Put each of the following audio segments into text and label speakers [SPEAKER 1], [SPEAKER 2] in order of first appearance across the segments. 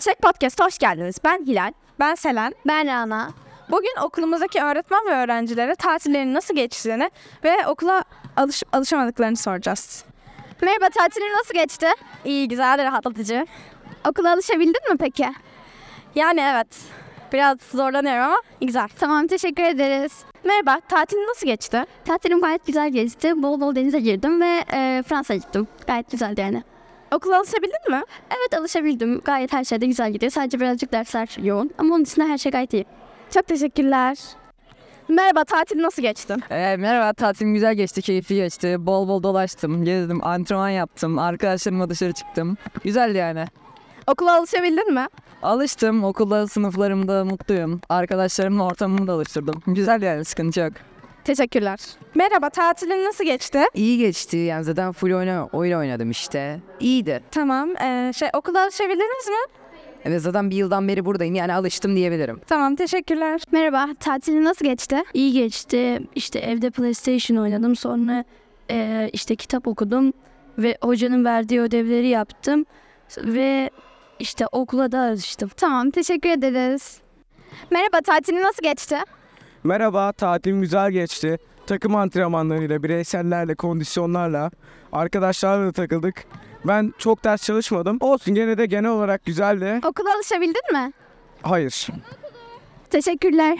[SPEAKER 1] Çek Podcast'a Şey, hoş geldiniz. Ben Hilal.
[SPEAKER 2] Ben Selen.
[SPEAKER 3] Ben Rana.
[SPEAKER 2] Bugün okulumuzdaki öğretmen ve öğrencilere tatillerin nasıl geçtiğini ve okula alışıp alışamadıklarını soracağız.
[SPEAKER 3] Merhaba tatilin nasıl geçti?
[SPEAKER 1] İyi, güzel, rahatlatıcı.
[SPEAKER 3] Okula alışabildin mi peki?
[SPEAKER 1] Yani evet, biraz zorlanıyorum ama güzel.
[SPEAKER 3] Tamam teşekkür ederiz.
[SPEAKER 1] Merhaba, tatil nasıl geçti?
[SPEAKER 3] Tatilim gayet güzel geçti. Bol bol denize girdim ve e, Fransa'ya gittim. Gayet güzeldi yani.
[SPEAKER 1] Okula alışabildin mi?
[SPEAKER 3] Evet alışabildim. Gayet her şey de güzel gidiyor. Sadece birazcık dersler yoğun. Ama onun dışında her şey gayet iyi.
[SPEAKER 1] Çok teşekkürler. Merhaba, tatil nasıl geçti?
[SPEAKER 4] Ee, merhaba tatilim güzel geçti, keyifli geçti. Bol bol dolaştım, gezdim, antrenman yaptım, arkadaşlarımla dışarı çıktım. Güzeldi yani.
[SPEAKER 1] Okula alışabildin mi?
[SPEAKER 4] Alıştım, okulda, sınıflarımda mutluyum. Arkadaşlarımla ortamımı da alıştırdım. Güzel yani, sıkıntı yok.
[SPEAKER 1] Teşekkürler.
[SPEAKER 2] Merhaba, tatilin nasıl geçti?
[SPEAKER 5] İyi geçti. Yani zaten full oyna, oyun oynadım işte. İyiydi.
[SPEAKER 2] Tamam, ee, şey okula alışabildiniz mi?
[SPEAKER 5] Evet zaten bir yıldan beri buradayım. Yani alıştım diyebilirim.
[SPEAKER 2] Tamam, teşekkürler.
[SPEAKER 3] Merhaba tatilin nasıl geçti?
[SPEAKER 6] İyi geçti. İşte evde PlayStation oynadım. Sonra
[SPEAKER 3] e,
[SPEAKER 6] eee, işte kitap okudum ve hocanın verdiği ödevleri yaptım ve işte okula da alıştım.
[SPEAKER 3] Tamam teşekkür ederiz. Merhaba tatilin nasıl geçti?
[SPEAKER 7] Merhaba, tatilim güzel geçti. Takım antrenmanlarıyla, bireysellerle, kondisyonlarla, arkadaşlarla da takıldık. Ben çok ders çalışmadım. Olsun gene de genel olarak güzeldi.
[SPEAKER 3] Okula alışabildin mi?
[SPEAKER 7] Hayır.
[SPEAKER 3] Teşekkürler.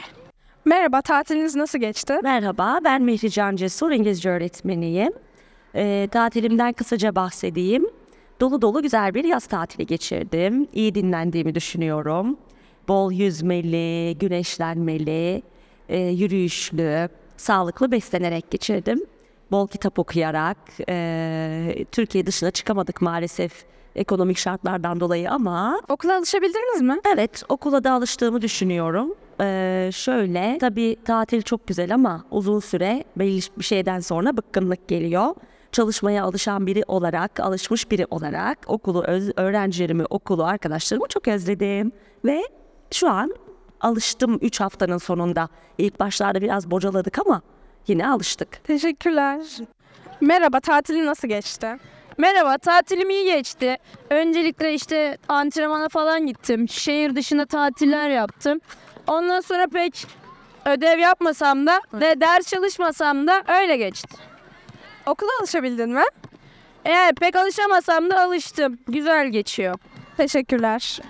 [SPEAKER 2] Merhaba, tatiliniz nasıl geçti?
[SPEAKER 8] Merhaba, ben Mehrican Cesur, İngilizce öğretmeniyim. Ee, tatilimden kısaca bahsedeyim. Dolu dolu güzel bir yaz tatili geçirdim. İyi dinlendiğimi düşünüyorum. Bol yüzmeli, güneşlenmeli, e, yürüyüşlü, sağlıklı beslenerek geçirdim. Bol kitap okuyarak, e, Türkiye dışına çıkamadık maalesef ekonomik şartlardan dolayı ama
[SPEAKER 2] Okula alışabildiniz mi?
[SPEAKER 8] Evet, okula da alıştığımı düşünüyorum. Ee, şöyle, tabii tatil çok güzel ama uzun süre belli bir şeyden sonra bıkkınlık geliyor. Çalışmaya alışan biri olarak, alışmış biri olarak okulu, öz- öğrencilerimi, okulu, arkadaşlarımı çok özledim. Ve şu an alıştım 3 haftanın sonunda. İlk başlarda biraz bocaladık ama yine alıştık.
[SPEAKER 2] Teşekkürler. Merhaba, tatilin nasıl geçti?
[SPEAKER 9] Merhaba, tatilim iyi geçti. Öncelikle işte antrenmana falan gittim. Şehir dışında tatiller yaptım. Ondan sonra pek ödev yapmasam da ve ders çalışmasam da öyle geçti.
[SPEAKER 2] Okula alışabildin mi?
[SPEAKER 9] Eğer pek alışamasam da alıştım. Güzel geçiyor.
[SPEAKER 2] Teşekkürler.